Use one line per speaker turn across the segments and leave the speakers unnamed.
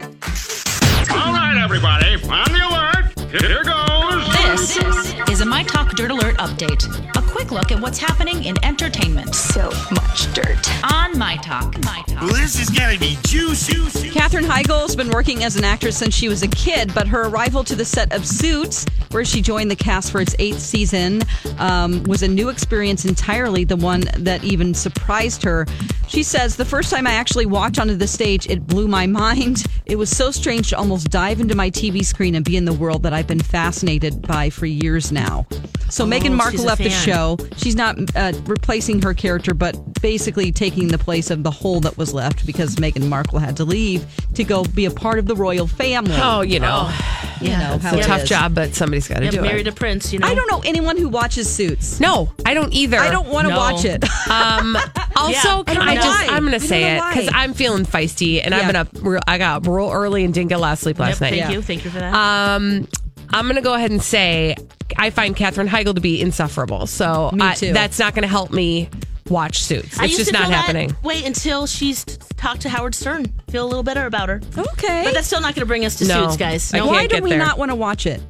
All right, everybody, on the alert. Here goes.
This is a My Talk Dirt Alert update. A quick look at what's happening in entertainment. So much dirt. On My Talk. My Talk.
This is gonna be juicy.
Katherine Heigl's been working as an actress since she was a kid, but her arrival to the set of Suits, where she joined the cast for its eighth season, um, was a new experience entirely, the one that even surprised her. She says, The first time I actually walked onto the stage, it blew my mind. It was so strange to almost dive into my TV screen and be in the world that I've been fascinated by for years now. So Meghan Markle
Oh, she's a
left the
fan.
show. She's not uh, replacing her character, but basically taking the place of the hole that was left because Meghan Markle had to leave to go be a part of the royal family.
Oh, you know,
you know how it
it's a tough
is.
job, but somebody's got to
Yeah,
do
married
it.
a prince, you know.
I don't know anyone who watches Suits.
No, I don't either.
I don't want to
No.
watch it.
Um, also,
Yeah.
can
I
I,
don't know
just?
why.
I'm
I
gonna
don't
say
know
it
why.
because I'm feeling feisty, and I've
Yeah.
been up. real- I got up real early and didn't get a lot of sleep
Yep,
last
thank
night.
you. Thank you for that.
Um, I'm gonna go ahead and say I find Katherine Heigl to be insufferable. So
Me
I-
too.
that's not gonna help me watch Suits.
I
It's
used
just
to
not
feel that
happening.
Wait until she's talked to Howard Stern. Feel a little better about her.
okay.
But that's still not going to bring us to
No.
suits, guys.
I
No.
can't
why do
get
we
there.
not want to watch it?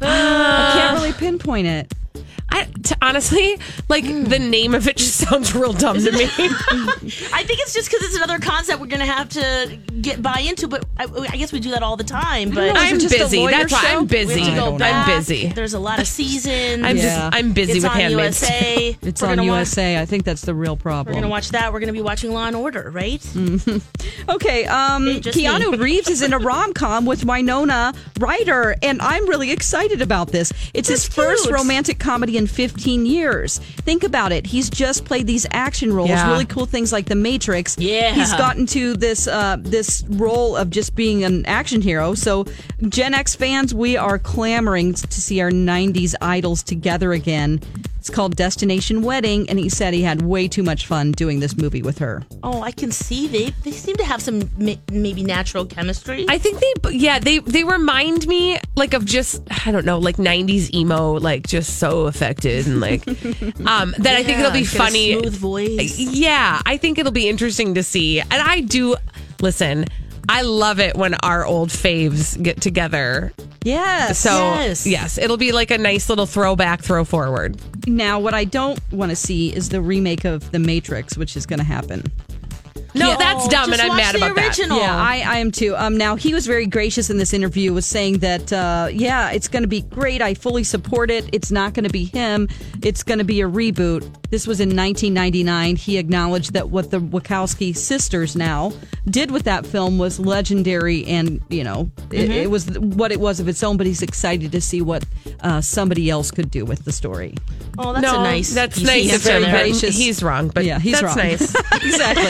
I can't really pinpoint it.
I t- honestly like the name of it just sounds real dumb to me.
I think it's just because it's another concept we're going to have to get buy into. But I, I guess we do that all the time. But
know,
I'm
just a
busy.
lawyer
That's why
show?
I'm
We have
busy.
to go
I'm
back.
busy.
There's a lot of seasons.
I'm
Yeah.
just I'm busy
it's
with
on
Handmaid's Tale.
USA.
It's
We're
on
gonna wa-
USA. I think that's the real
We're going to
problem.
watch that. We're going to be watching Law and Order, right?
Okay, um,
Hey, just
Keanu
me.
Reeves is in a rom com with Winona Ryder, and I'm really excited about this. It's his
That's
first
cute.
romantic comedy in 15 years. Think about it. He's just played these action roles,
Yeah.
really cool things like The Matrix.
Yeah.
he's gotten to this uh, this role of just being an action hero. So, Gen X fans, we are clamoring to see our 90s idols together again. It's called Destination Wedding, and he said he had way too much fun doing this movie with her.
Oh, I can see they they seem to have some ma- maybe natural chemistry.
I think they, yeah, they they remind me like of just I don't know, like '90s emo, like just so affected and like um that. I think it'll be
get a
funny.
smooth voice.
Yeah, I think it'll be interesting to see. And I do listen. I love it when our old faves get together.
Yes.
So
Yes.
yes, it'll be like a nice little throwback, throw forward.
Now, what I don't want to see is the remake of The Matrix, which is going to happen.
No, that's
Oh,
dumb, and
just
I'm
watch
mad
the
about
original.
that.
Yeah, I, I am too. Um, now he was very gracious in this interview, was saying that, uh, yeah, it's going to be great. I fully support it. It's not going to be him. It's going to be a reboot. This was in 1999. He acknowledged that what the Wachowski sisters now did with that film was legendary, and you know, it, it was what it was of its own. But he's excited to see what uh, somebody else could do with the story.
oh, that's
no,
a nice.
that's
you
nice.
see
of
it
him,
there.
but
gracious.
He's wrong, but
yeah, he's wrong.
that's nice.
exactly.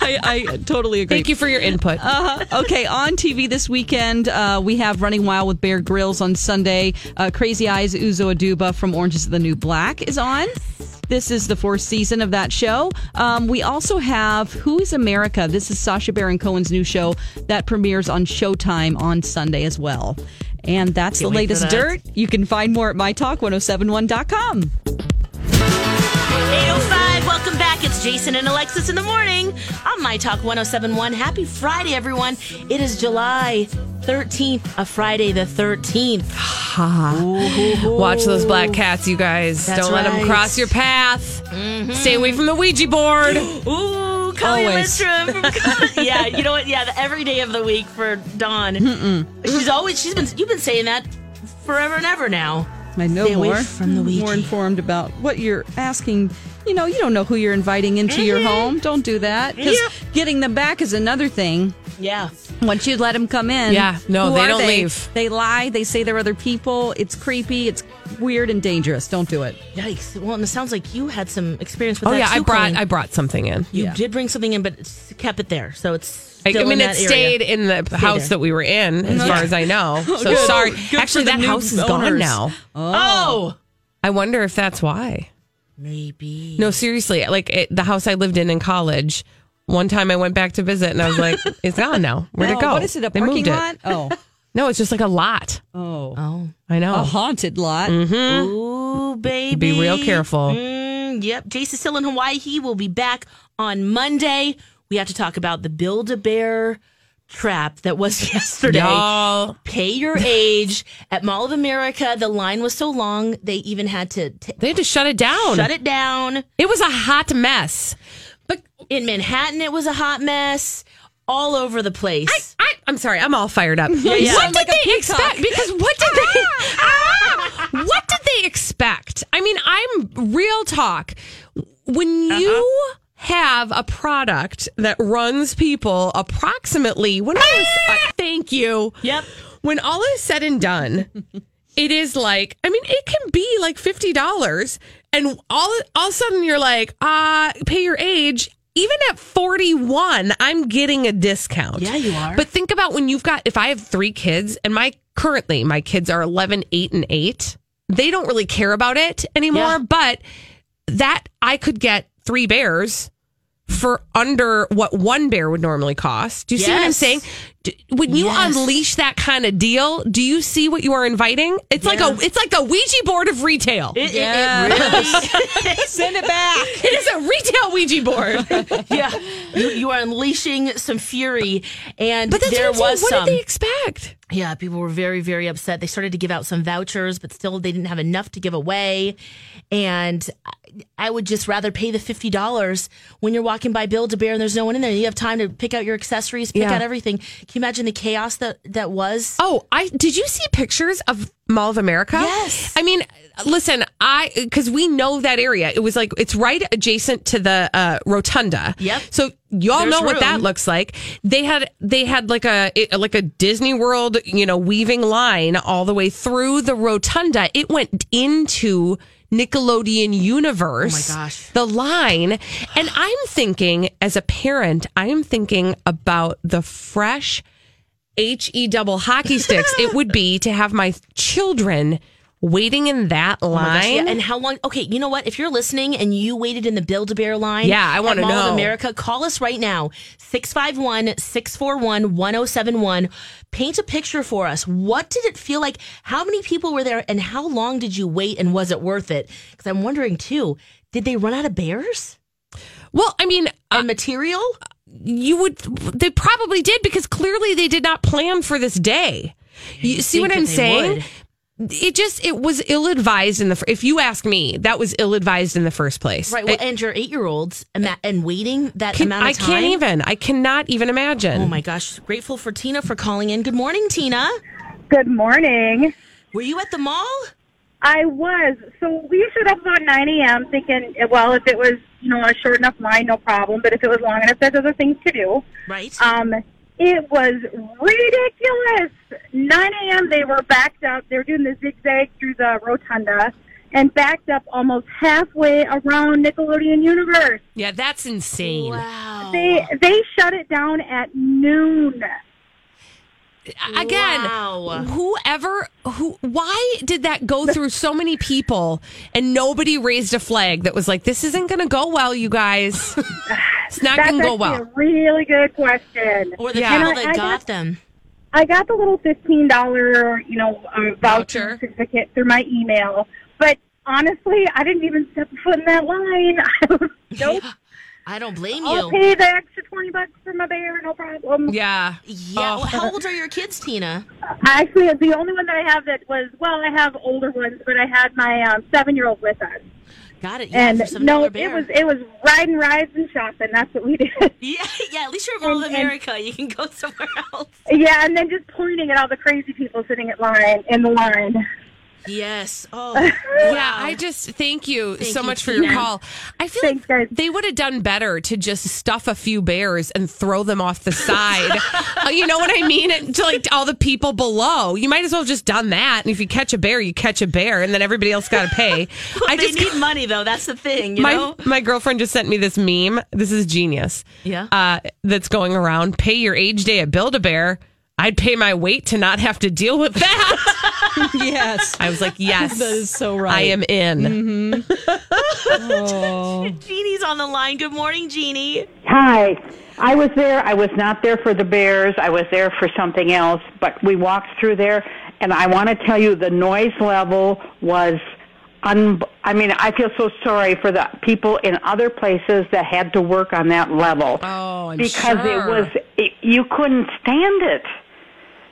I, I totally agree.
Thank you for your input.
okay, on TV this weekend, uh, we have Running Wild with Bear Grylls on Sunday. Uh, Crazy Eyes Uzo Aduba from Orange is the New Black is on. This is the fourth season of that show. Um, we also have Who is America? This is Sasha Baron Cohen's new show that premieres on Showtime on Sunday as well. And that's the
wait for
latest
that.
dirt. You can find more at mytalk1071.com.
805, welcome back. It's Jason and Alexis in the morning on My Talk 1071. Happy Friday, everyone. It is July 13th, a Friday the 13th.
Watch those black cats, you guys.
That's
Don't let them
right.
Mm-hmm.
cross your path. Stay away from the Ouija board.
Ooh, Oh, Connie
Always.
Lindstrom. From Con- yeah, you know what? Yeah, the every day of the week for Dawn. She's always she's been you've been saying that forever and ever now.
I know
Stay away
more
from the
More
Ouija.
informed about what you're asking. You know, you don't know who you're inviting into your
Mm-hmm.
home. Don't do that because
Yep.
getting them back is another thing.
Yeah.
Once you let them come in,
Yeah, no,
who
they
are
don't leave.
They lie. They say they're other people. It's creepy. It's weird and dangerous. Don't do it.
Yikes. Well, and it sounds like you had some experience with
Oh
that
yeah,
too,
I brought
Colleen.
I brought something in.
you did bring something in, but it's kept it there, so it's.
I,
still
I mean,
in
it
that
stayed
Area.
in the house
there.
that we were in, as far as I know. So
Good.
sorry.
Good for
Actually,
the
that
new
house is gone
owners.
now.
Oh,
I wonder if that's why.
maybe.
No, seriously. Like it, the house I lived in in college. One time I went back to visit, and I was like, "It's gone now. Where'd
Oh,
it go?
What is it? A
They
parking
moved it.
lot? Oh,
No, it's just like a lot.
oh,
Oh,
I know.
a haunted lot.
Mm-hmm.
ooh, baby.
Be real careful.
Mm, yep. Jason's still in Hawaii. He will be back on Monday. We have to talk about the Build a Bear trap that was yesterday.
Y'all,
Pay your age at Mall of America. The line was so long they even had to t-
they had to shut it down.
shut it down.
It was a hot mess. But
In Manhattan, it was a hot mess. All over the place.
I, I'm sorry, I'm all fired up.
yeah.
What
Like
did
a
they
peacock.
expect? Because what did they? Ah! what did they expect? I mean, I'm real talk. When you have a product that runs people approximately, when all is, uh, thank you.
Yep.
When all is said and done, it is like I mean, it can be like fifty dollars, and all all of a sudden you're like, uh, pay your age. Even at forty one, I'm getting a discount.
Yeah, you are.
But think about when you've got if I have three kids, and my currently my kids are 11, 8, and eight. They don't really care about it anymore,
Yeah.
but that I could get three bears for under what one bear would normally cost. Do you see what I'm
Yes.
saying? D- When you
Yes.
unleash that kind of deal, do you see what you are inviting? It's like a
Yes.
it's like a Ouija board of retail.
It- it- it really
Send it back.
it is a retail Ouija board.
yeah, you, you are unleashing some fury, and
But that's
there
what, I'm saying.
was
what
some.
did they expect?
yeah, people were very, very upset. They started to give out some vouchers, but still they didn't have enough to give away. And I- I would just rather pay the fifty dollars when you're walking by Build a Bear and there's no one in there. You have time to pick out your accessories, pick
Yeah.
out everything. Can you imagine the chaos that that was?
Oh, I did you see pictures of Mall of America?
Yes.
I mean, listen, I because we know that area. It was like it's right adjacent to the uh, rotunda.
Yep.
So y'all
There's
know what that
room.
looks like. They had they had like a it, like a Disney World, you know, weaving line all the way through the rotunda. It went into Nickelodeon universe.
Oh my gosh.
The line. And I'm thinking as a parent, I am thinking about the fresh H E double hockey sticks it would be to have my children waiting in that
Oh my gosh, yeah,
line.
And how long? Okay, you know what? If you're listening and you waited in the Build a Bear line,
Yeah, I wanna
at Mall
know.
of America, call us right now 651 641 1071. Paint a picture for us. What did it feel like? How many people were there and how long did you wait and was it worth it? Because I'm wondering too, did they run out of bears
well, I mean, uh,
and material?
you would, they probably did because clearly they did not plan for this day. You see
Think
what
that
I'm
they
saying?
would.
It just, it was ill advised in the, fir- if you ask me, that was ill advised in the first place.
Right. Well,
I,
and your eight year olds and waiting that
can,
amount
I
of time.
can't even, I cannot even imagine.
Oh my gosh. Grateful for Tina for calling in. Good morning, Tina.
Good morning.
Were you at the mall?
I was. So we showed up about 9 a.m. thinking, well, if it was, you know, a short enough line, no problem. But if it was long enough, there's other things to do.
Right.
Um, it was ridiculous. 9 a.m., they were backed up. They were doing the zigzag through the rotunda and backed up almost halfway around Nickelodeon Universe.
yeah, that's insane.
Oh, Wow.
They, they shut it down at noon.
again
Wow.
whoever who why did that go through so many people and nobody raised a flag that was like this isn't gonna go well you guys it's not
That's
gonna go
actually
well
a really good question.
Or the
Yeah.
people
And I-
that
I
got
got-
them.
I got the little fifteen dollar, you know, uh,
Voucher.
voucher certificate through my email. But honestly, I didn't even step foot in that line. I was, nope.
I don't blame
I'll
you.
pay the extra twenty bucks for my bear, no problem.
yeah
Yeah.
Oh.
Well, how old are your kids, Tina?
Actually, the only one that I have that was well, I have older ones, but I had my um, seven year old with us.
Got it. Yeah,
And
for some
no,
dollar
it
beer.
was it was riding rides and shopping. That's what we did.
Yeah, yeah. At least you're in rural
And- and-
America. You can go somewhere else.
yeah, and then just pointing at all the crazy people sitting at line in the line.
Yes. Oh,
Yeah, I just thank you so
you,
much for your
Tina.
call. I feel
Thanks,
like
guys.
they would have done better to just stuff a few bears and throw them off the side. Uh, you know what I mean? And To like all the people below, you might as well have just done that. And if you catch a bear, you catch a bear, and then everybody else got to pay. I
they
just
need money though. That's the thing. You
my
know.
my girlfriend just sent me this meme. This is genius.
Yeah.
Uh, that's going around. Pay your age day at Build a Bear. I'd pay my weight to not have to deal with that.
yes.
I was like, yes,
That is so right.
I am in.
Jeannie's on the line. Good morning, Jeannie.
Hi. I was there. I was not there for the Bears. I was there for something else. But we walked through there, and I want to tell you the noise level was. Un- I mean, I feel so sorry for the people in other places that had to work on that level.
Oh, I'm
because
sure.
it was it, you couldn't stand it.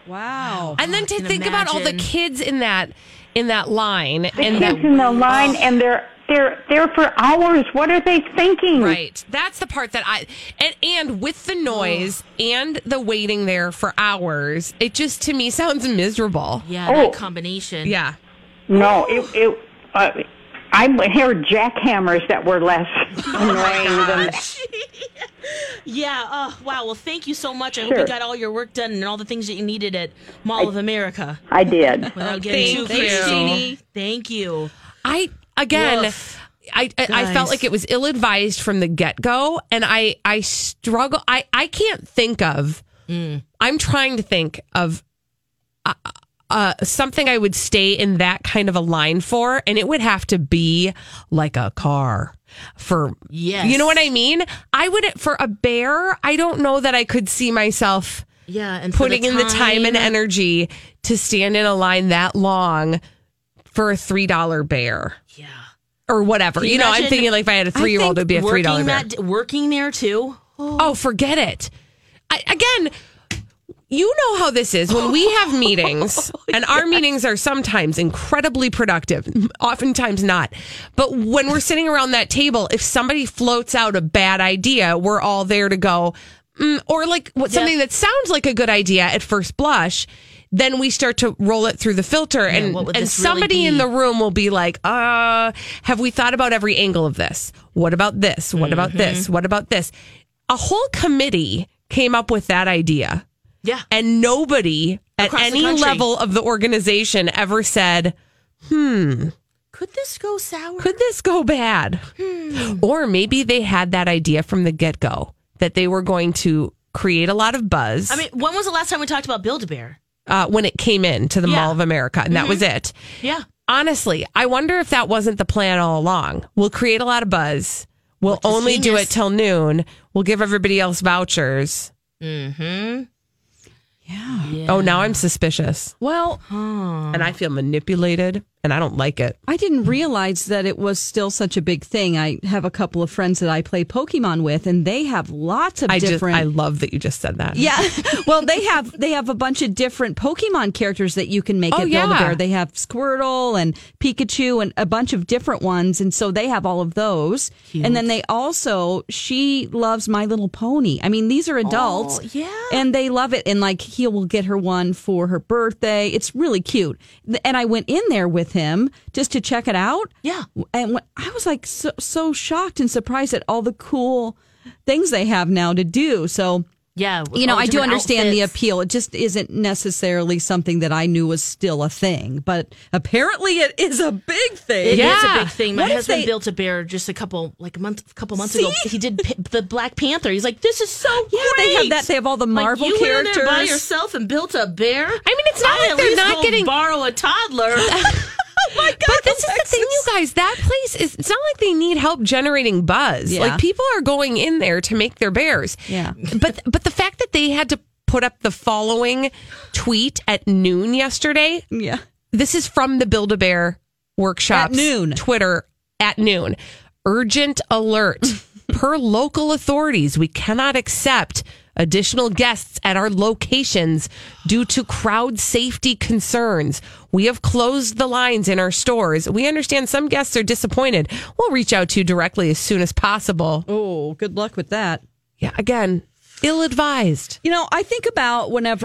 Wow.
and then to
can
think about all the
imagine.
kids in that in that line
The
and
kids
that,
in the line, and they're they're there for hours. What are they thinking?
right that's the part that i and and with the noise and the waiting there for hours it just to me sounds miserable
Yeah,
Oh.
that combination.
yeah
No, it it. Uh, I heard jackhammers that were less annoying than
Yeah. Oh, wow. Well, thank you so much. I hope
Sure.
you got all your work done and all the things that you needed at Mall of America.
I did.
Without getting too
thank you.
crazy. Jeannie. Thank you.
I again,
Woof.
I, I I felt
Guys.
like it was ill advised from the get go, and I I struggle. I I can't think of. I'm trying to think of. Uh, uh, something I would stay in that kind of a line for, and it would have to be like a car for,
Yes.
you know what I mean? I would, for a bear, I don't know that I could see myself
Yeah, and for
putting in the time and energy to stand in a line that long for a $3 bear
Yeah.
or whatever. You, know, I'm
imagine-
thinking like if I had a
I
three year old,
think
it'd be a three dollar
working
bear.
that- Working there too.
Oh, forget it. I, again, you know how this is when we have meetings,
Oh,
and our meetings are sometimes incredibly productive, oftentimes not. But when we're sitting around that table, if somebody floats out a bad idea, we're all there to go, mm, or like what, something that sounds like a good idea at first blush. Then we start to roll it through the filter, and,
what would
and
this really
somebody in
be?
the room will be like, uh, have we thought about every angle of this? What about this? What about this?
Mm-hmm.
What about this? A whole committee came up with that idea.
Yeah.
And nobody
Across the
at any
country.
level of the organization ever said,
Could this go sour?
could this go bad?
Hmm.
Or maybe they had that idea from the get go that they were going to create a lot of buzz
I mean, when was the last time we talked about Build a Bear?
uh, when it came in to the
Yeah. Mm-hmm.
Mall of America. And that was it.
Yeah.
honestly, I wonder if that wasn't the plan all along. We'll create a lot of buzz. We'll only do
genius.
it till noon. We'll give everybody else vouchers. Mm-hmm. Yeah. Oh, now I'm suspicious.
Well,
And I feel manipulated and I don't like it.
I didn't realize that it was still such a big thing. I have a couple of friends that I play Pokemon with, and they have lots of
I just
different.
I love that you just said that.
yeah, well, they have they have a bunch of different Pokemon characters that you can make
Oh,
at
yeah.
Build-A-Bear. They have Squirtle and Pikachu and a bunch of different ones, and so they have all of those. And then they also she loves My Little Pony. I mean, these are adults,
yeah.
and they love it. And like he will get her one for her birthday. It's really cute. Th- And I went in there with him just to check it out.
Yeah.
And when, I was like so, so shocked and surprised at all the cool things they have now to do. So
Yeah. with
you know,
all the
I do
different
understand the
outfits.
appeal. It just isn't necessarily something that I knew was still a thing, but apparently it is a big thing.
It is
Yeah.
a big thing. My
What if
husband
they-
built a bear just a couple, like a month, couple months
See?
ago. He did pi- the Black Panther. He's like, this is so
Yeah,
great.
they have that. They have all the
Like,
Marvel
you went in
characters.
there by yourself and built a bear. I
mean, it's not like
at
they're
least
not
go
getting-
borrow a toddler.
but this is the thing, you guys. That place is. It's not like they need help generating buzz.
Yeah.
Like people are going in there to make their bears.
Yeah.
But but the fact that they had to put up the following tweet at noon yesterday.
Yeah.
This is from the Build a Bear workshop
At noon.
Twitter at noon. Urgent alert. per local authorities, we cannot accept additional guests at our locations due to crowd safety concerns. We have closed the lines in our stores. We understand some guests are disappointed. We'll reach out to you directly as soon as possible.
Oh, good luck with that.
Yeah, again, ill advised.
You know, I think about whenever.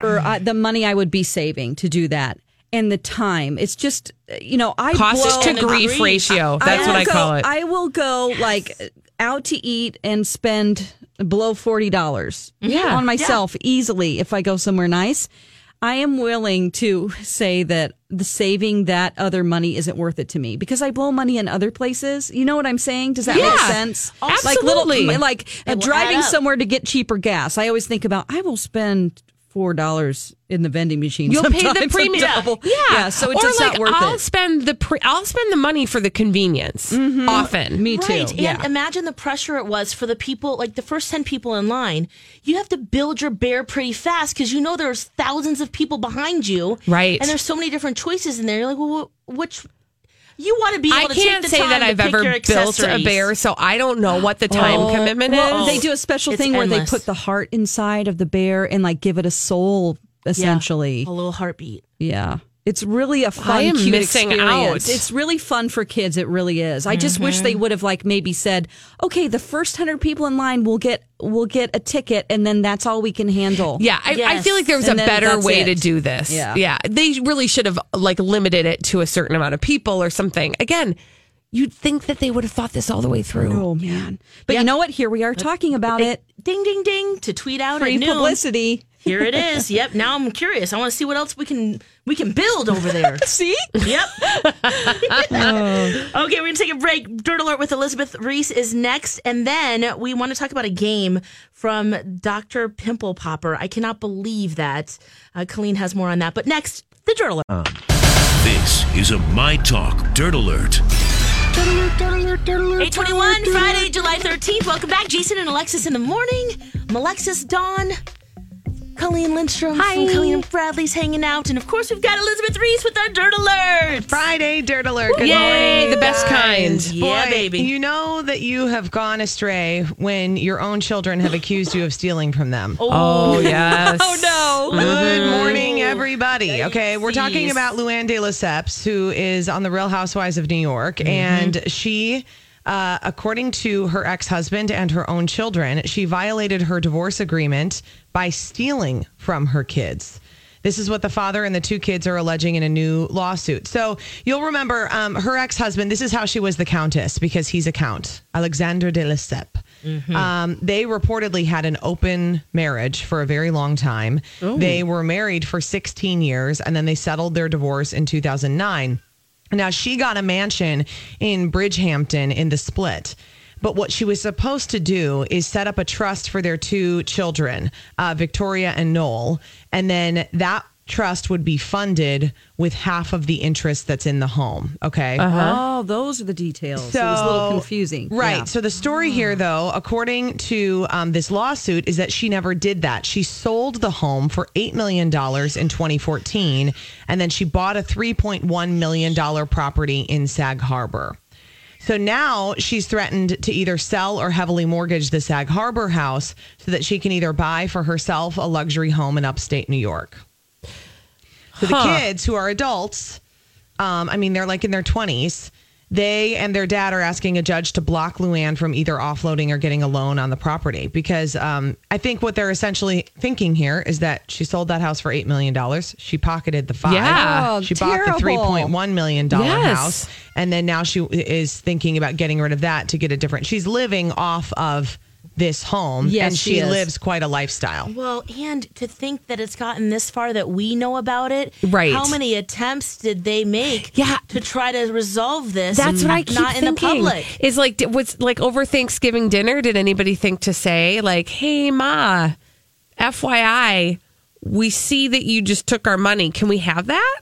for uh, the money I would be saving to do that and the time. It's just uh, you know I
Cost
blow,
to grief ratio. Oh, That's
will
what I
go-
call it.
I will go like out to eat and spend below forty dollars
Yeah.
on myself easily if I go somewhere nice. I am willing to say that the saving that other money isn't worth it to me because I blow money in other places. You know what I'm saying? Does that make
Yeah.
sense? Like
Absolutely.
little, like uh,
will
driving
add up.
somewhere to get cheaper gas. I always think about I will spend four dollars in the vending machine.
You'll pay the
sometimes,
premium.
I'm double.
Yeah.
so it's
or
just
like,
not worth
I'll
it.
spend the pre- I'll spend the money for the convenience. Often,
Mm-hmm. Me too.
Right.
yeah.
And imagine the pressure it was for the people, like the first 10 people in line. You have to build your bear pretty fast because you know there's thousands of people behind you.
Right.
And there's so many different choices in there. You're like, well, wh- which. You want to be able to
I can't
take the
say
time
that
to
I've
pick
ever
your
built a
accessories.
bear, so I don't know what the time commitment
Oh. Well,
is.
they do a special
It's
thing where they
endless.
put the heart inside of the bear and like give it a soul essentially.
A little heartbeat.
Yeah. It's really a fun
I am
cute
missing
experience.
out. Mm-hmm.
It's really fun for kids. It really is. I just wish they would have like maybe said, "Okay, the first 100 people in line will get will get a ticket and then that's all we can handle."
Yeah, I, I
Yes.
feel like there was
And
a
then
better
that's
way
it.
to do this.
Yeah.
they really should have like limited it to a certain amount of people or something. Again, you'd think that they would have thought this all the way through.
Oh man. But you know what? Here we are talking about it.
Ding, ding, ding to tweet out
Free
at noon.
publicity.
Here it is. Yep. Now I'm curious. I want to see what else we can we can build over there.
See?
Yep. Okay, we're going to take a break. Dirt Alert with Elizabeth Reese is next. And then we want to talk about a game from Dr. Pimple Popper. I cannot believe that. Uh, Colleen has more on that. But next, the Dirt Alert.
This is a My Talk Dirt Alert.
821, Friday, July 13th. Welcome back, Jason and Alexis in the morning. I'm Alexis Dawn. Colleen Lindstrom from Colleen and Bradley's hanging out. And of course, we've got Elizabeth Reese with our Dirt Alert.
Friday Dirt Alert. Good
Yay, the best kind.
Yeah, baby.
You know that you have gone astray when your own children have accused you of stealing from them.
Oh yes. Mm-hmm.
Oh no.
Good morning, everybody. Okay, we're talking
Yikesies.
about Luann de Lesseps, who is on The Real Housewives of New York,
Mm-hmm.
and she. Uh, according to her ex husband and her own children, she violated her divorce agreement by stealing from her kids. This is what the father and the two kids are alleging in a new lawsuit. So you'll remember um, her ex husband, this is how she was the countess because he's a count, Alexander de Lesseps. Um, they reportedly had an open marriage for a very long time. They were married for 16 years and then they settled their divorce in 2009. Now, she got a mansion in Bridgehampton in the split. But what she was supposed to do is set up a trust for their two children, uh, Victoria and Noel. And then that trust would be funded with half of the interest that's in the home. Okay.
Uh-huh.
Oh, those are the details. it was a little
So-
confusing.
Right.
Yeah. Mm-hmm.
So the story here, though, according to um, this lawsuit, is that she never did that. She sold the home for eight million dollars in 2014, and then she bought a 3.1 million dollar property in Sag Harbor. So now she's threatened to either sell or heavily mortgage the Sag Harbor house so that she can either buy for herself a luxury home in upstate New York. So the kids who are adults, um, I mean, they're like in their 20s. They and their dad are asking a judge to block Luann from either offloading or getting a loan on the property because um, I think what they're essentially thinking here is that she sold that house for eight million dollars. She pocketed the five.
Yeah.
Oh,
she bought the three
terrible.
point one million dollar
Yes.
house, and then now she is thinking about getting rid of that to get a different. She's living off of this home.
Yes,
and
she
she
is.
lives quite a lifestyle.
Well, and to think that it's gotten this far that we know about it.
Right.
How many attempts did they make
Yeah.
to try to resolve this?
That's what I keep
Not in the
thinking.
public.
Is like did- was like over Thanksgiving dinner. Did anybody think to say like, "Hey, ma, FYI, we see that you just took our money. Can we have that?"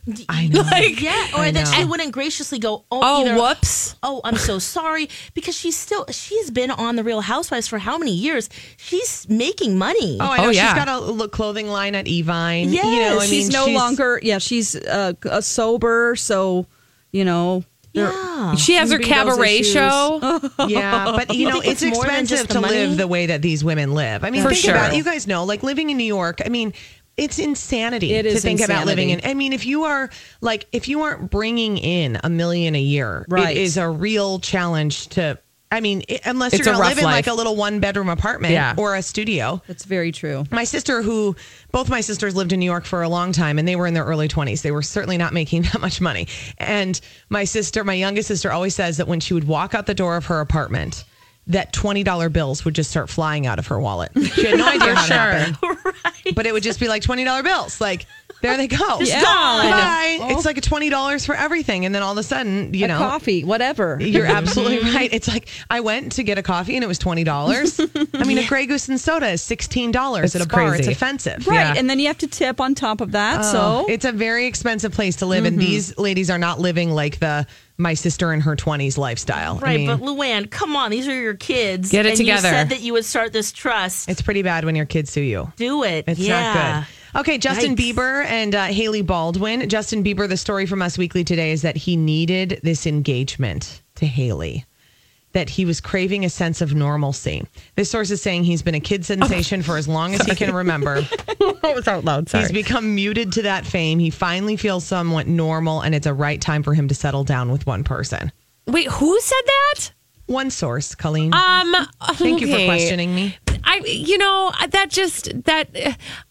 I know.
Like,
yeah, or
I
that she
know.
wouldn't graciously go, oh,
Oh,
either,
whoops.
oh, I'm so sorry, because she's still she's been on the Real Housewives for how many years? She's making money.
Oh, I know.
Oh, yeah.
She's got a l- clothing line at Evine.
Yes.
you know, I
she's
mean,
no longer. Yeah, she's uh, c- uh, sober. So you know, there-
yeah.
she has her
Shouldn't be those
cabaret
issues.
show.
Yeah, but you,
You
know,
think
it's,
it's more than
expensive
just the
to
money?
live the way that these women live. I mean,
For
think about
sure.
it. You guys know, like living in New York. I mean, it's insanity
It
to
is
think about living in.
insanity.
I mean, if you are like, if you aren't bringing in a million a year,
Right.
it is a real challenge to. I mean, i unless
It's
you're gonna
a rough
live in like
life.
a little one bedroom apartment
Yeah.
or a studio.
that's very true.
My sister, who both my sisters lived in New York for a long time, and they were in their early 20s. They were certainly not making that much money. And my sister, my youngest sister, always says that when she would walk out the door of her apartment, that $20 bills would just start flying out of her wallet. She had no idea how it happened,
right.
but it would just be like $20 bills. Like, there they go.
Just Yeah. gone.
Bye. It's like $20 for everything. And then all of a sudden, you
A
know,
coffee, whatever.
you're absolutely right. It's like I went to get a coffee and it was twenty dollars. I mean, a Grey Goose and soda is sixteen dollars at
It's
a bar. It's
crazy.
offensive,
Right, and then you have to tip on top of that. so
Oh. It's a very expensive place to live, and these ladies are not living like the my sister in her twenties lifestyle. I
Right,
mean,
but Luann, come on, these are your kids.
Get it
and
together.
You said that you would start this trust.
it's pretty bad when your kids sue you.
Do it.
It's
yeah.
not good. Okay, Justin
Yikes.
Bieber and uh, Haley Baldwin. Justin Bieber, the story from Us Weekly today is that he needed this engagement to Haley, that he was craving a sense of normalcy. This source is saying he's been a kid sensation for as long as he can remember.
That was out loud.
He's become muted to that fame. He finally feels somewhat normal, and it's a right time for him to settle down with one person.
Wait, who said that?
One source, Colleen.
Um,
Thank you for
okay.
questioning me.
I, you know, that just that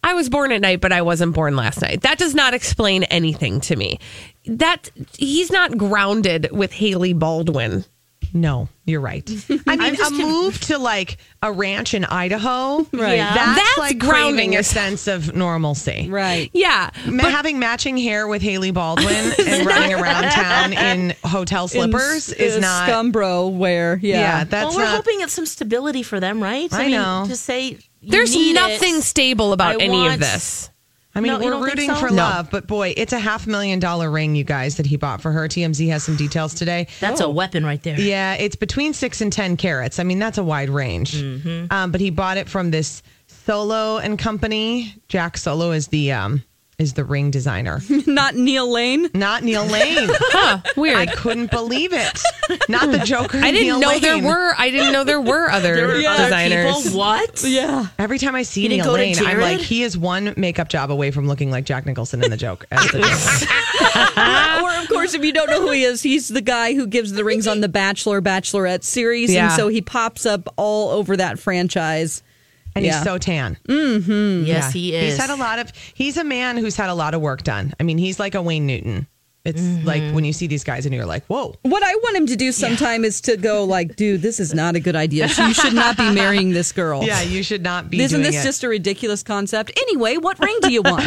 I was born at night, but I wasn't born last night. That does not explain anything to me. That he's not grounded with Haley Baldwin.
No, you're right. I mean, a move to like a ranch in Idaho, right?
Yeah.
That's,
That's
like
grounding
grounding a
yourself.
sense of normalcy.
right.
Yeah,
Ma- having matching hair with Haley Baldwin and running around town in hotel slippers
In,
is
uh,
not.
scumbro wear. Yeah,
yeah. that's
well, we're
not.
hoping it's some stability for them, right?
I
mean,
know.
To say you
there's
need it.
nothing stable about
I
any
want-
of this.
I mean,
No, you
we're
don't think
rooting
so?
for
No.
love, but boy, it's a half million dollar ring, you guys, that he bought for her. TMZ has some details today.
That's a weapon right there.
Yeah, it's between six and ten carats. I mean, that's a wide range.
Mm-hmm.
Um, but he bought it from this Solo and Company. Jack Solo is the um, is the ring designer,
not Neil Lane.
not Neil Lane.
Huh? Weird.
I
I,
couldn't believe it. Not the Joker.
didn't
Neil
know there
Lane.
were. I didn't know there were other
Other
designers.
people, what?
Yeah,
Every time I see
didn't
Neil
go to
Lane, I'm
Jared?
like, he is one makeup job away from looking like Jack Nicholson in the joke. as the Joker. Uh-huh.
or of course, if you don't know who he is, he's the guy who gives the rings on the Bachelor Bachelorette series, and
Yeah.
so he pops up all over that franchise.
and
Yeah.
he's so tan.
Yes,
Yeah.
he is.
He's had a lot of. He's a man who's had a lot of work done. I mean, he's like a Wayne Newton. It's like when you see these guys and you're like, whoa.
What I want him to do sometime is to go like, dude, this is not a good idea. You should not be marrying this girl.
Yeah, you should not be.
Isn't
doing
this
it.
just a ridiculous concept? Anyway, what ring do you want?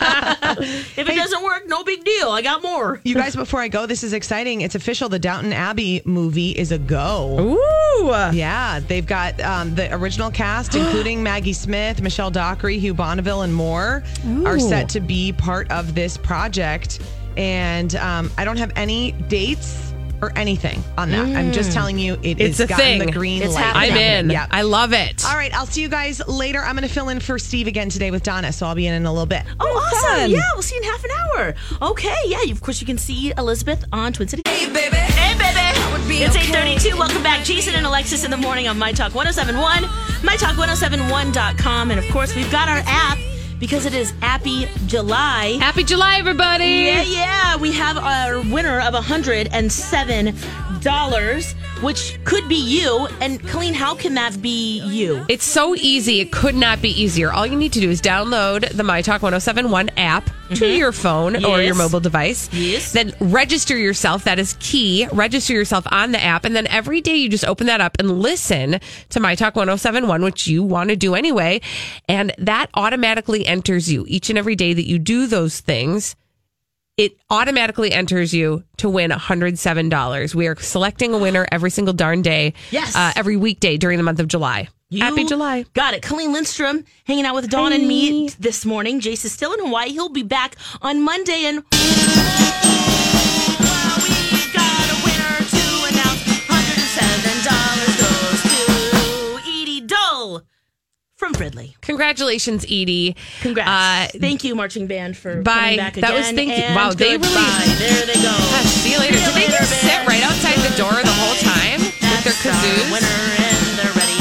If it doesn't work, no big deal. I got more.
You guys, before I go, this is exciting. It's official. The Downton Abbey movie is a go.
Ooh.
Yeah, they've got um, the original cast, including Maggie Smith, Michelle Dockery, Hugh Bonneville, and more, are set to be part of this project. And um, I don't have any dates or anything on that. I'm just telling you, it
Mm. It's
has
a
gotten
thing.
the green
It's
light.
I'm
happening.
in.
Yeah.
I love it.
All right, I'll see you guys later. I'm going to fill in for Steve again today with Donna, so I'll be in in a little bit.
Oh, awesome.
fun.
Yeah, we'll see you in half an hour. Okay, yeah, you- of course you can see Elizabeth on Twin City. Hey, baby. Hey, baby. It's 832. Welcome back. Jason and Alexis in the morning on My Talk 1071, MyTalk1071.com. And of course, we've got our app because it is Appy July.
Happy July, everybody.
Yeah, yeah. We have our winner of $107 dollars, which could be you. And Colleen, how can that be you?
It's so easy. It could not be easier. All you need to do is download the My Talk 1071 app to
Mhm.
your phone or your
Yes.
mobile device. Yes. Then uh, register yourself. That is key. Register yourself on the app. And then every day you just open that up and listen to My Talk 1071, which you want to do anyway. And that automatically enters you each and every day that you do those things it automatically enters you to win $107. We are selecting a winner every single darn day.
Yes.
Uh, every weekday during the month of July. Happy July.
Got it. Colleen Lindstrom hanging out with Dawn and me this morning. Jace is still in Hawaii. He'll be back on Monday. And Edie Dole from Fridley.
Congratulations, Edie. Uh,
Congrats. Thank you, Marching Band, for coming
Bye.
back
That was
again,
thank you.
and
Wow, they really.
goodbye. There they go.
See you later. Did they just sit right outside the door the whole time with their kazoos?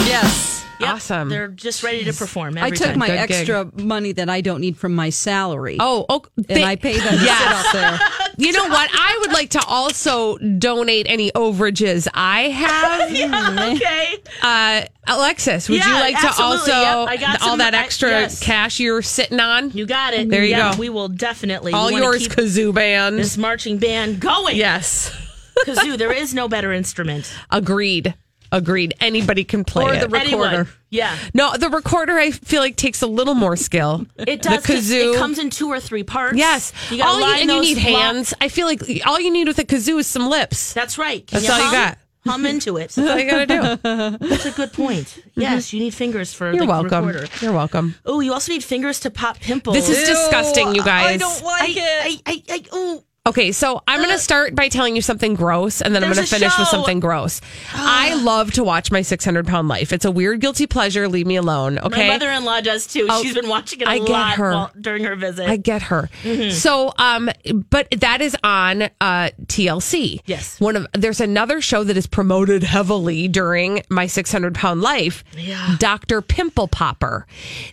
Yes.
Awesome.
They're just ready to perform.
I
every
took
time.
my extra money that I don't need from my salary.
Oh, oh
and I pay them to
Yes.
sit out there.
You know what? I would like to also donate any overages I have.
Yeah, okay.
Mm-hmm. Uh, Alexis, would you
Yeah,
like to
absolutely.
also
Yep, I got
all
some-
that
I-
extra
yes.
cash you're sitting on?
You got it.
There you
Yeah,
go.
We will definitely.
all
we wanna
yours,
keep
kazoo band.
This marching band going.
Yes.
Kazoo, there is no better instrument.
Agreed. Agreed. Anybody can play
Or
it.
the Anyone. recorder. Yeah.
No, the recorder I feel like takes a little more skill.
It does.
The
'cause
kazoo
It comes in two or three parts.
Yes.
You gotta
all you,
line
and you
those
need
lo-
hands. I feel like all you need with a kazoo is some lips.
That's right.
That's all you
hum?
got.
Hum into it.
That's all you gotta do. Mm-hmm.
That's a good point. Yes, you need fingers for
You're
the
welcome.
recorder.
You're welcome.
Oh, you also need fingers to pop pimples.
This is disgusting,
Oh,
you guys.
like it. I, I, I, ooh.
Okay, so I'm going to start by telling you something gross, and then I'm going
There's
to
a
finish with
show.
something gross. I love to watch my 600 pound life. It's a weird guilty pleasure. Leave me alone. Okay.
My mother-in-law does too.
Oh,
She's been watching it a
I get
lot
her.
while- during her visit.
I get her.
Mhm.
So, um, but that is on uh, TLC.
Yes.
One of there's another show that is promoted heavily during my 600 pound life.
Yeah.
Doctor Pimple Popper.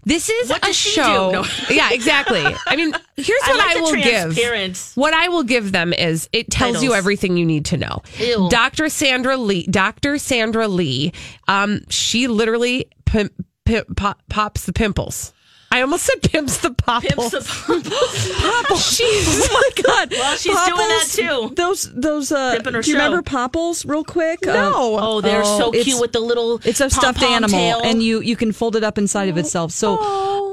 This is
What
a
does she do?
show.
No.
yeah, exactly. I mean, here's
I
what
like
I,
the
will
transparent-
give. What I will give them is it tells you
Titles.
everything you need to know.
Ew.
Dr. Sandra Lee. Dr. Sandra Lee. Um, she literally pim- pim- pop- pops the pimples. I almost said pimps the popples.
Pimps the pimples.
Jeez.
Oh my god.
Well, she's doing that too.
Those those uh
Ripping her
do you remember
show.
Popples real quick?
No.
Uh,
Oh, they're so
it's-
cute with the little.
It's a stuffed
pom-pom
animal
tail. Oh.
and you you can fold it up inside of itself. So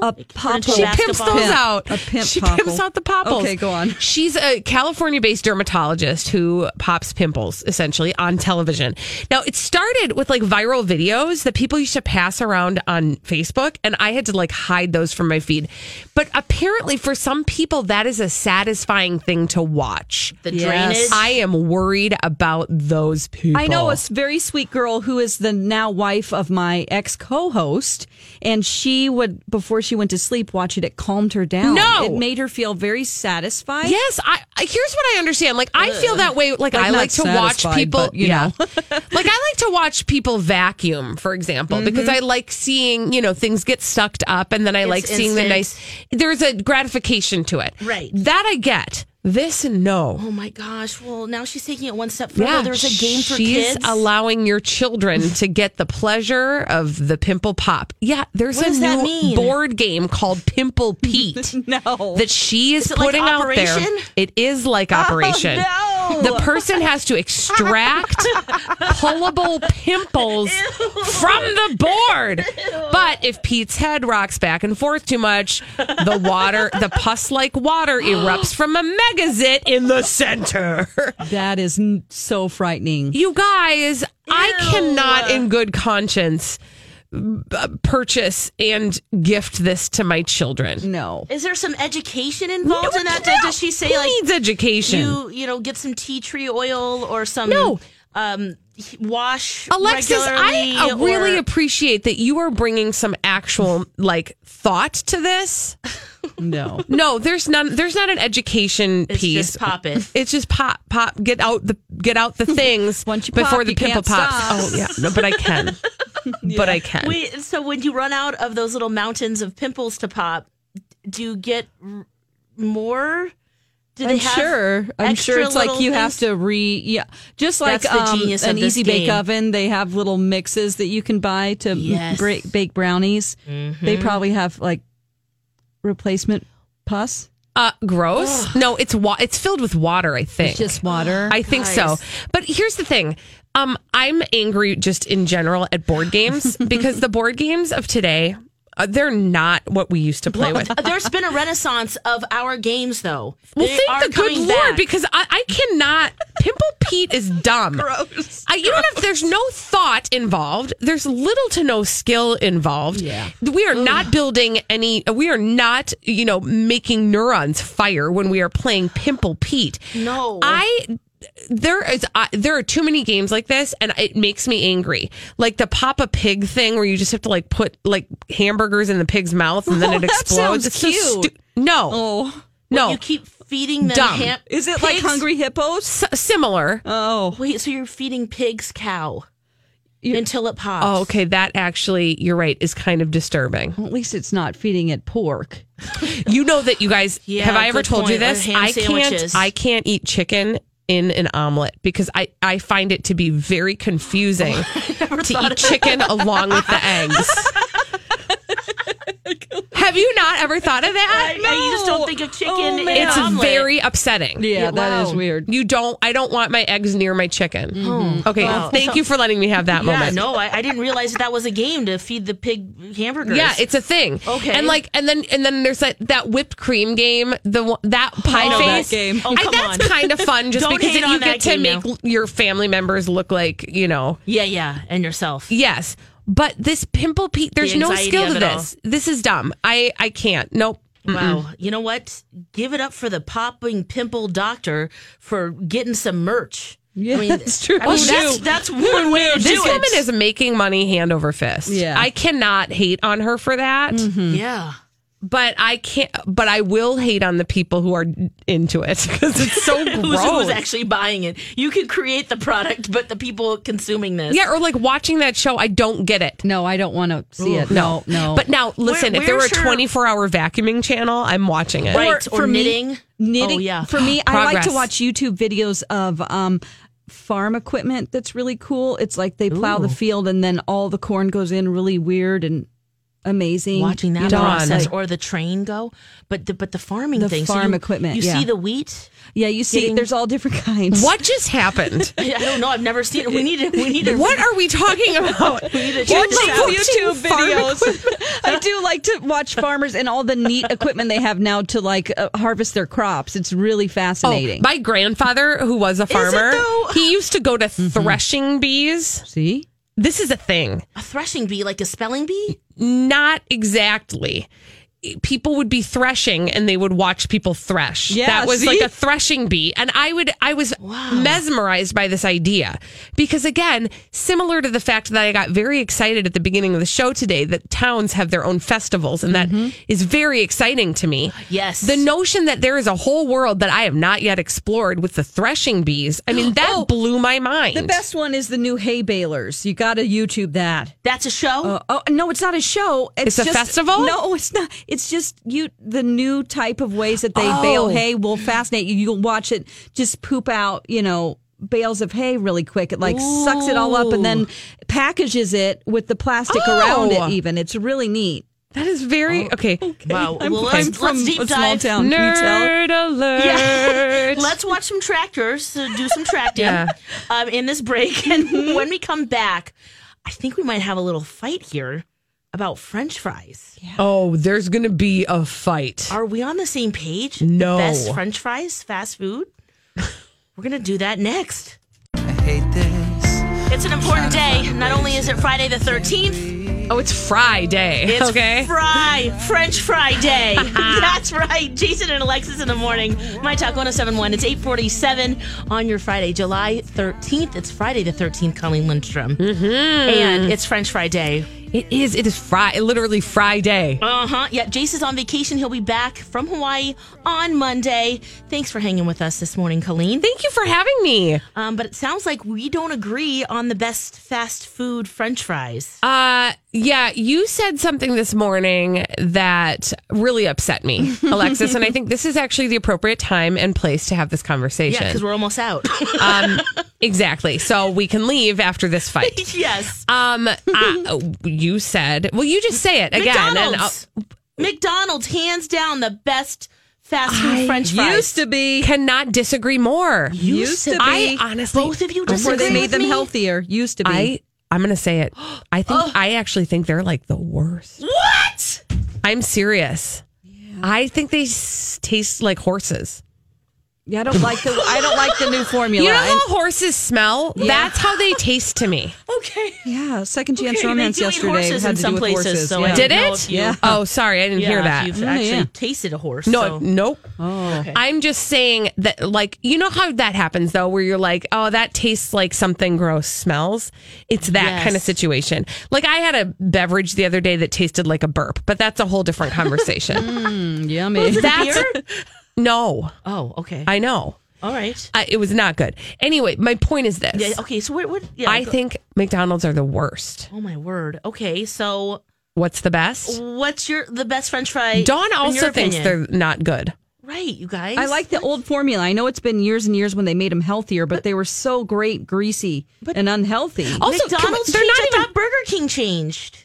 a pop
into a
She pimps
basketball.
those
Pimp.
out.
A pimp
she
popple.
pimps out the popples.
Okay, go on.
She's a California-based dermatologist who pops pimples essentially on television. Now it started with like viral videos that people used to pass around on Facebook, and I had to like hide those from my feed. But apparently, for some people, that is a satisfying thing to watch.
The
Yes.
drainage.
I am worried about those people.
I know a s- very sweet girl who is the now wife of my ex co host, and she would, before she went to sleep, watch it. It calmed her down.
No!
It made her feel very satisfied.
Yes, I, I here's what I understand. Like I feel that way. Like,
Like,
I
not
like to watch
satisfied,
people.
but, you know.
like I like to watch people vacuum, for example, because I like seeing you know things get sucked up, and then I
It's
like seeing the
instant.
nice. There's a gratification to it.
Right.
That I get. This no.
Oh my gosh! Well, now she's taking it one step further.
Yeah,
There's a game for
she's
kids.
allowing your children to get the pleasure of the pimple pop. Yeah, there's
What
a
does
new
that mean?
board game called Pimple Pete.
No.
that she is,
Is it like
putting out there. Oh,
Operation?
It is like operation.
Oh, no.
The person has to extract pullable pimples from the board. But if Pete's head rocks back and forth too much, the water, the pus-like water erupts from a megazit in the center.
That is n- so frightening.
You guys, I
Ew.
cannot in good conscience b- purchase and gift this to my children.
No.
Is there some education involved in that? Does- Does she say
Who
like
needs education?
you you know get some tea tree oil or some
No.
um he- wash
Alexis,
regularly
I uh, really
or-
appreciate that you are bringing some actual like thought to this.
No.
No, there's none. There's not an education
It's
piece.
just pop it.
It's just pop, pop. Get out the get out the things
Once you pop,
before the
you
pimple
can't
pops.
stop.
Oh yeah, no, but I can. But I can.
Wait, so when you run out of those little mountains of pimples to pop, do you get r- more Do
I'm
they have
sure. I'm sure
extra
it's like
little
you
things?
have to re. Yeah, just like
That's the
um,
genius of
an
this
easy bake
game.
oven, they have little mixes that you can buy to m-
Yes.
bra- bake brownies. They
Mhm.
probably have like replacement pus.
Uh, gross. No, it's wa- it's filled with water. I think
It's just water.
I think so.
Guys.
But here's the thing. Um, I'm angry just in general at board games because the board games of today, uh, they're not what we used to play with.
There's been a renaissance of our games, though.
Well,
They
thank
are
the good
coming
Lord
back.
because I, I cannot. Pimple Pete is dumb. Gross. I, you don't have. There's no thought involved. There's little to no skill involved. Yeah. We are not building any. We are not, you know, making neurons fire when we are playing Pimple Pete.
No.
I there is I there are too many games like this and it makes me angry like the papa pig thing where you just have to like put like hamburgers in the pig's mouth and then
Oh,
it
that
explodes
sounds
it's so
cute.
stu- no
Oh,
no
you keep feeding them.
Dumb.
ham-
is it like
pigs-
hungry hippos?
S- uh, similar
Oh,
Wait, so you're feeding pigs cow
You-
until it pops?
oh okay that actually you're right is kind of disturbing
well, at least it's not feeding it pork.
you know that you guys
Yeah,
have i
good
ever told you
point. Or
this
ham
i can't
sandwiches.
i can't eat chicken in an omelet because i i find it to be very confusing to eat chicken along with the eggs have you not ever thought of
I-
that
I- you just don't think of chicken.
Oh,
in
man.
an
it's
omelet. Oh.
very upsetting
Yeah, that is
wow.
weird.
you don't i don't want my eggs near my chicken okay
Wow.
thank you for letting me have that
Mm-hmm. Yeah,
moment
no, I, I didn't realize that, that was a game to feed the pig hamburgers.
Yeah, it's a thing.
Okay.
and like, and then and then there's that that whipped cream game, the one- that pie
know that
face
game.
Oh,
I-
come
that's
on.
kind of fun, just
Don't
because
hate
it, you
on
get
that
to
game
make
now.
l- your family members look like you know.
yeah, yeah, and yourself.
Yes, but this pimple Pete, there's no
anxiety
skill
of
to
it all.
this. This is dumb. I I can't. Nope.
Wow, you know what? Give it up for the popping pimple doctor for getting some merch.
Yeah, that's true. Oh,
I mean,
Well,
Oh, that's,
shoot.
that's one way to
This
do
woman
it.
is making money hand over fist.
Yeah.
I cannot hate on her for that,
Mm-hmm. yeah.
but I can't. But I will hate on the people who are into it because it's so gross.
Who's, who's actually buying it? You could create the product, but the people consuming this.
Yeah, or like watching that show, I don't get it.
No, I don't want to see it. No, no.
But now, listen, if there were a
where's her-
24 hour vacuuming channel, I'm watching it.
Right, or knitting.
Me, knitting.
Oh, yeah.
For me, I like to
Progress.
watch YouTube videos of um, farm equipment that's really cool. It's like they plow the field and then all the corn goes in really weird and amazing.
watching that
You know,
process
like-
or the train go, but the, but the farming
The
thing,
farm
you,
equipment,
You
yeah.
see the wheat.
yeah, you see,
getting-
there's all different kinds.
What just happened?
I don't know. I've never seen it. We need to. We need to.
what are we talking about?
Check
Watching
this out.
YouTube
farm
videos. I do like to watch farmers and all the neat equipment they have now to like uh, harvest their crops. It's
Oh,
really fascinating.
My grandfather, who was a farmer,
though?
he used to go to threshing bees.
See?
This is a thing.
A threshing bee, like a spelling bee.
Not exactly. People would be threshing and they would watch people thresh.
Yeah,
that was
see?
like a threshing bee. And I would I was mesmerized by this idea. Because again, similar to the fact that I got very excited at the beginning of the show today that towns have their own festivals and that
Mm-hmm.
is very exciting to me.
Yes.
The notion that there is a whole world that I have not yet explored with the threshing bees, I mean that blew my mind.
Oh, The best one is the new hay balers. You got to YouTube that.
That's a show.
Uh, oh no, it's not a show. It's,
It's a
just-
festival?
No, it's not. It's just you. The new type of ways that they
Oh.
bale hay will fascinate you. You'll watch it just poop out. You know. Bales of hay really quick. It like sucks it all up and then packages it with the plastic around
Oh.
it. Even it's really neat.
that is very okay.
wow.
I'm,
well,
I'm
let's,
from
let's deep
a small
dive.
town. Can you tell?
Nerd alert.
Yeah. Let's watch some tractors. So do some tracting
Yeah.
um, in this break, and when we come back, I think we might have a little fight here about French fries.
Oh, there's going to be a fight.
Are we on the same page?
No.
Best French fries, fast food. We're gonna do that next. It's an important day. Not only is it Friday the 13th,
Oh, it's Friday.
it's
okay.
Fry, French Fry Day. That's right. Jason and Alexis in the morning. My Talk 1071. It's 847 on your Friday, July 13th. It's Friday the 13th, Colleen Lindstrom. Mm-hmm. And it's French Fry Day.
It is. It is Friday, literally Friday.
Uh huh. Yeah, Jace is on vacation. He'll be back from Hawaii on Monday. Thanks for hanging with us this morning, Colleen.
Thank you for having me.
Um, but it sounds like we don't agree on the best fast food French fries.
Uh, yeah, you said something this morning that really upset me, Alexis, and I think this is actually the appropriate time and place to have this conversation.
Yeah, because we're almost out.
um, exactly. So we can leave after this fight.
yes.
Um, I, you said. Well, you just say it again.
McDonald's.
And uh,
McDonald's, hands down, the best fast food
I
French fries.
Used to be.
I cannot disagree more.
Used to be.
I honestly,
Both of you
Before
disagree
they made
with
them
me?
healthier. Used to be.
I I'm gonna say it. I think I actually think they're like the worst.
What?
I'm serious. I think they s- taste like horses.
yeah, I don't like the. I don't like the new formula.
You know
And-
how horses smell? That's how they taste to me.
Okay.
yeah, second chance
Okay, they
romance
do eat
yesterday
horses
had
in
to
some
do with
places,
horses.
so
yeah.
I don't
Did
know
it?
if you- Yeah.
Oh, sorry, I didn't
Yeah,
hear
if
that.
You've
Mm,
actually
yeah.
tasted a horse.
No,
so-
nope.
Oh.
I'm just saying that, like, you know how that happens though, where you're like, oh, that tastes like something gross smells. It's that
Yes.
kind of situation. Like, I had a beverage the other day that tasted like a burp, but that's a whole different
Mm.
conversation.
Yummy.
that's no,
Oh, okay.
I know.
All right.
I, it was not good. Anyway, my point is this.
Yeah, okay. So what? what yeah,
I
go-
think McDonald's are the worst.
Oh my word. Okay. So
What's the best?
what's your the best French fry?
Dawn
in
also
your
thinks
opinion?
they're not good.
right. You guys.
I like the old formula. I know it's been years and years when they made them healthier, but they were so great, greasy, and unhealthy.
Oh,
Also, can we-
McDonald's.
they're
changed.
not
I
even
thought Burger King changed.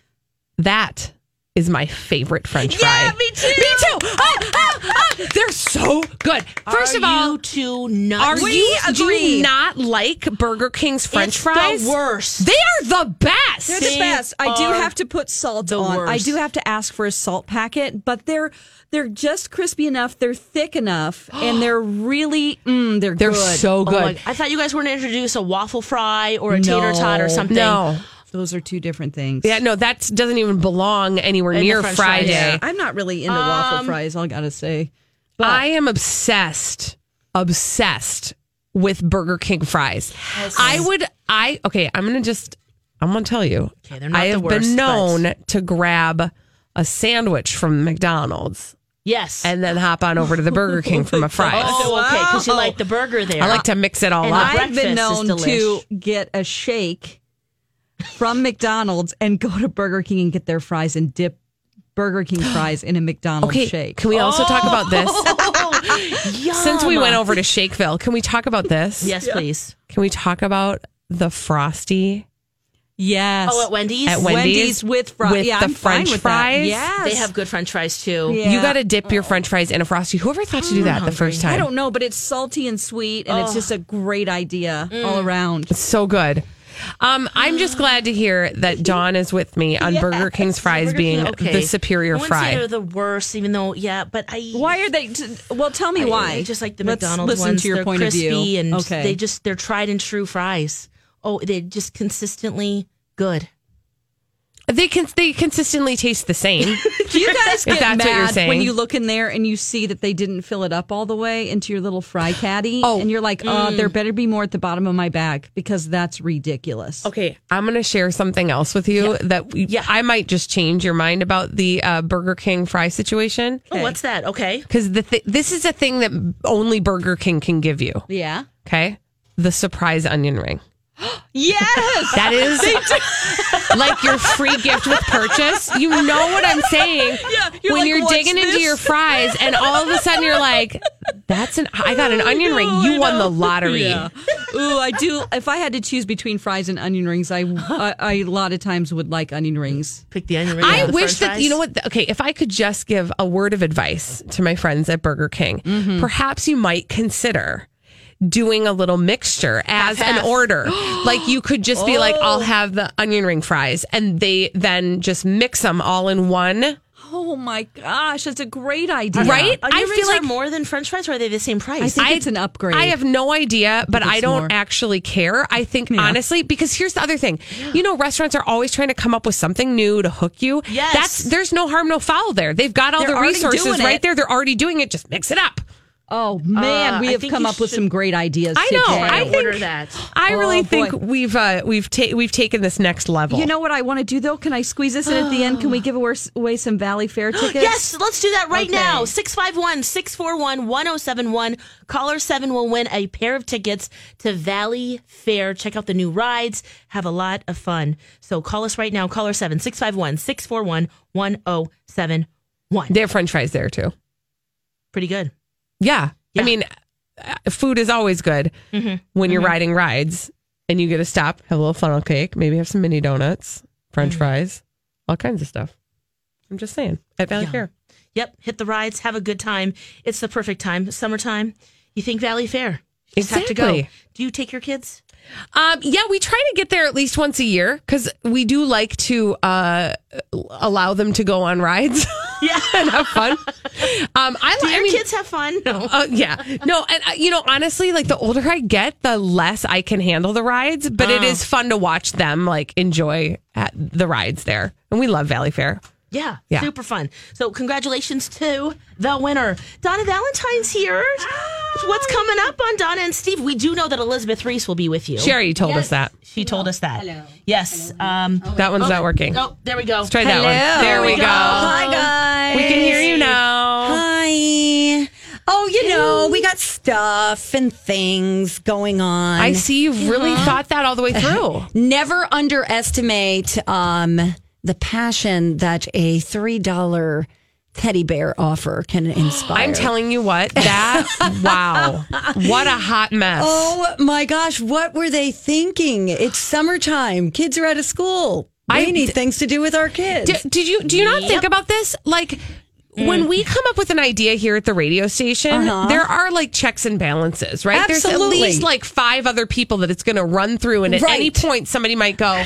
That is my favorite French fry.
Yeah, me too.
Me too. Oh, oh, oh. They're so good. First
Are
of all,
you two nuts?
are you do not like Burger King's French
It's the
fries?
worst.
They are the best.
They're the
They
best. I do
are
have to put salt
the
on. I
worst.
do have to ask for a salt packet, but they're they're just crispy enough. They're thick enough, and they're really mm, they're
They're
good.
so
Oh my-
good.
I thought you guys were going to introduce a waffle fry or a tater tot or
No.
something.
no.
Those are two different things.
Yeah, no, that doesn't even belong anywhere
the
near
French
Friday.
fries. Yeah.
I'm not really into
Um,
waffle fries. I gotta say,
I am obsessed, obsessed with Burger King fries. I would, I, okay, I'm going to just, I'm going to tell you.
Okay, they're not
I
the
have
worst,
been known
but-
to grab a sandwich from McDonald's
Yes.
and then hop on over to the Burger King for my fries.
oh, okay. Because you like the burger there.
I like to mix it all
And
up.
I-
I've been
Breakfast is
known to
delish.
get a shake from McDonald's and go to Burger King and get their fries and dip Burger King fries in a McDonald's
okay,
shake.
can we also talk about this?
Oh, Yum.
Since we went over to Shakeville, can we talk about this?
Yes, please.
Can we talk about the Frosty
Yes.
Oh, at Wendy's.
at Wendy's,
Wendy's with fries.
with
yeah,
the
I'm
French
fine with
fries?
That. Yes.
They have good French fries too.
Yeah.
You got to dip your french fries in a frosty. Whoever thought to do that the first time?
I don't know, but it's salty and sweet, and it's just a great idea
Mm.
all around.
It's so good. Um, I'm just glad to hear that Dawn is with me on Burger King's fries
Burger
being
King, okay.
the superior
I wouldn't say
fry.
they're the worst, even though yeah. But I
Why are they? T- well, tell me
I-
why.
I just like the
Let's
McDonald's
listen
ones.
to your
they're
point
crispy
of view.
and
okay.
they just they're tried and true fries. Oh, they're just consistently good.
they can they consistently taste the same.
Do you guys get
that's
mad
what you're
when
saying.
you look in there and you see that they didn't fill it up all the way into your little fry caddy?
Oh.
and you're like, oh, there better be more at the bottom of my bag because that's ridiculous.
Oh.
okay, I'm gonna share something else with you that we,
Yeah.
I might just change your mind about the uh, Burger King fry situation
Oh, what's that? Okay.
because the th- this is a thing that only Burger King can give you.
Yeah.
Okay, the surprise onion ring.
Yes.
That is like your free gift with purchase. You know what I'm saying?
Yeah, you're
when
like,
you're
"What's
digging into
this?"
your fries and all of a sudden you're like, that's an I got an onion ring. You won the lottery.
Yeah. Ooh, I do. If I had to choose between fries and onion rings, I, I, I a lot of times would like onion rings.
Pick the onion ring. out
I
of the
wish
french
that you know
fries.
what okay, if I could just give a word of advice to my friends at Burger King,
Mm-hmm.
perhaps you might consider doing a little mixture as an order. like you could just be like
Oh.
I'll have the onion ring fries and they then just mix them all in one.
Oh my gosh, that's a great idea.
Right?
Onion
I
rings
feel
are
like-
more than French fries, or are they the same price?
I think it's an upgrade.
I have no idea, but I
it's
don't
more.
actually care. I think honestly, because here's the other thing. You know, restaurants are always trying to come up with something new to hook you.
Yes.
That's there's no harm, no foul there. They've got all
They're
the
already
resources
doing
right
it.
there. They're already doing it. Just mix it up.
Oh man,
Uh,
we
I
have
think
come
you
up with some
should-
great ideas.
I know.
today.
I think I
Oh,
really
boy.
think we've uh, we've ta- we've taken this next level.
You know what I want to do though? Can I squeeze this in at the end? Can we give away away some Valley Fair tickets?
Yes, let's do that right
Okay.
now. 651 641 1071. Caller 7 will win a pair of tickets to Valley Fair. Check out the new rides. Have a lot of fun. So call us right now. Caller 7 651 641 1071.
They have french fries there too.
Pretty good.
Yeah. Mm-hmm. I mean, uh, food is always good when you're riding rides and you get to stop, have a little funnel cake, maybe have some mini donuts, french fries, all kinds of stuff. I'm just saying. At Valley
Yum.
Fair.
Yep. Hit the rides. Have a good time. It's the perfect time. Summertime. You think Valley Fair. You just have to go.
Exactly.
Do you take your kids?
Um, yeah, we try to get there at least once a year because we do like to uh, allow them to go on rides.
Yeah.
and have fun. Um, I,
Do
li-
your
I mean,
kids have fun? No.
Uh, yeah. No, and uh, you know, honestly, like the older I get, the less I can handle the rides, but it is fun to watch them like enjoy at the rides there. And we love Valley Fair.
Yeah,
Yeah.
super fun. So congratulations to the winner. Donna Valentine's here. What's coming up on Donna and Steve? We do know that Elizabeth Reese will be with you.
Sherry told us that.
She told us that. Yes. Um,
That one's not working.
Oh, there we go.
Let's try that one. There we go.
guys.
We can hear you now.
Hi. Oh, you know, we got stuff and things going on.
I see you've really thought that all the way through.
Never underestimate um, the passion that a $3 teddy bear offer can inspire.
I'm telling you what, that, wow. What a hot mess.
Oh my gosh, what were they thinking? It's summertime. Kids are out of school. We
I-
need things to do with our kids.
D- did you do you not think about this? Like when we come up with an idea here at the radio station,
Mm. Uh-huh.
there are like checks and balances, right? There's
Absolutely.
at least like five other people that it's going to run through, and at any
Right.
point somebody might go,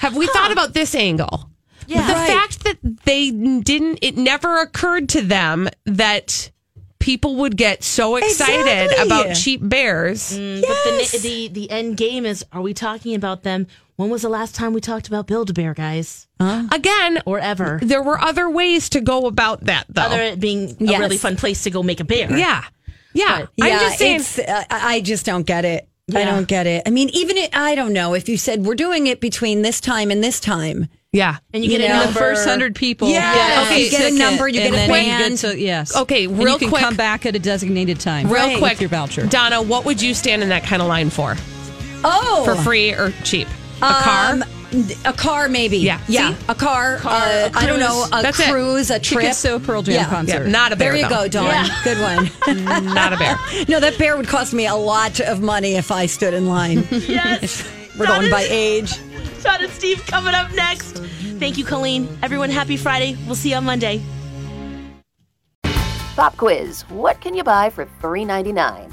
"Have we thought about this angle?" But the
Right.
fact that they didn't, it never occurred to them that people would get so excited
Exactly. Mm.
about cheap bears.
yes.
But the, the the end game is: Are we talking about them? When was the last time we talked about Build a Bear, guys?
Again,
Or ever?
there were other ways to go about that, though.
Other than it being a
Yes.
really fun place to go make a bear.
yeah, yeah.
yeah,
I'm just saying.
it's, uh, I I just don't get it. I
Yeah.
don't get it. I mean, even it, I don't know if you said we're doing it between this time and this time.
Yeah.
and you get
You
a
know,
number.
the
First hundred people.
Yes.
Okay,
you get a number, you
and
get a
then you
plan.
get to- yes.
Okay,
And
real
you can
quick.
Come back at a designated time.
Real
With
quick,
your voucher.
Donna, what would you stand in that kind of line for?
Oh,
For free or cheap? A car?
Um, a car, maybe.
Yeah.
yeah.
See?
A car. uh, I don't know. A
That's it.
cruise. A trip.
Tickets to a Pearl Jam
Yeah.
concert.
Yeah, not a bear.
There you
though.
go, Dawn. Good one.
Not a bear.
no, that bear would cost me a lot of money if I stood in line.
Yes.
We're going by age.
Todd and Steve coming up next. Thank you, Colleen. Everyone, happy Friday. We'll see you on Monday.
Pop quiz. What can you buy for $3.99?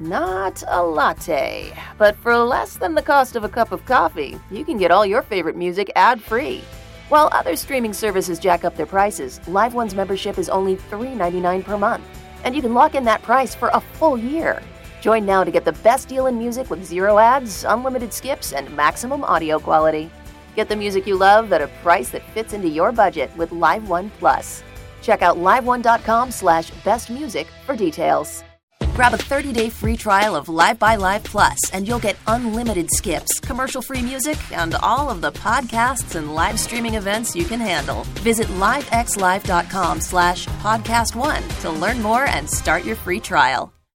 Not a latte, but for less than the cost of a cup of coffee, you can get all your favorite music ad free. While other streaming services jack up their prices, LiveOne's membership is only $3.99 per month, and you can lock in that price for a full year. Join now to get the best deal in music with zero ads, unlimited skips, and maximum audio quality. Get the music you love at a price that fits into your budget with LiveOne Plus. Check out liveone.com slash best music for details. Grab a 30-day free trial of Live by Live Plus, and you'll get unlimited skips, commercial-free music, and all of the podcasts and live streaming events you can handle. Visit livexlive.com slash podcast one to learn more and start your free trial.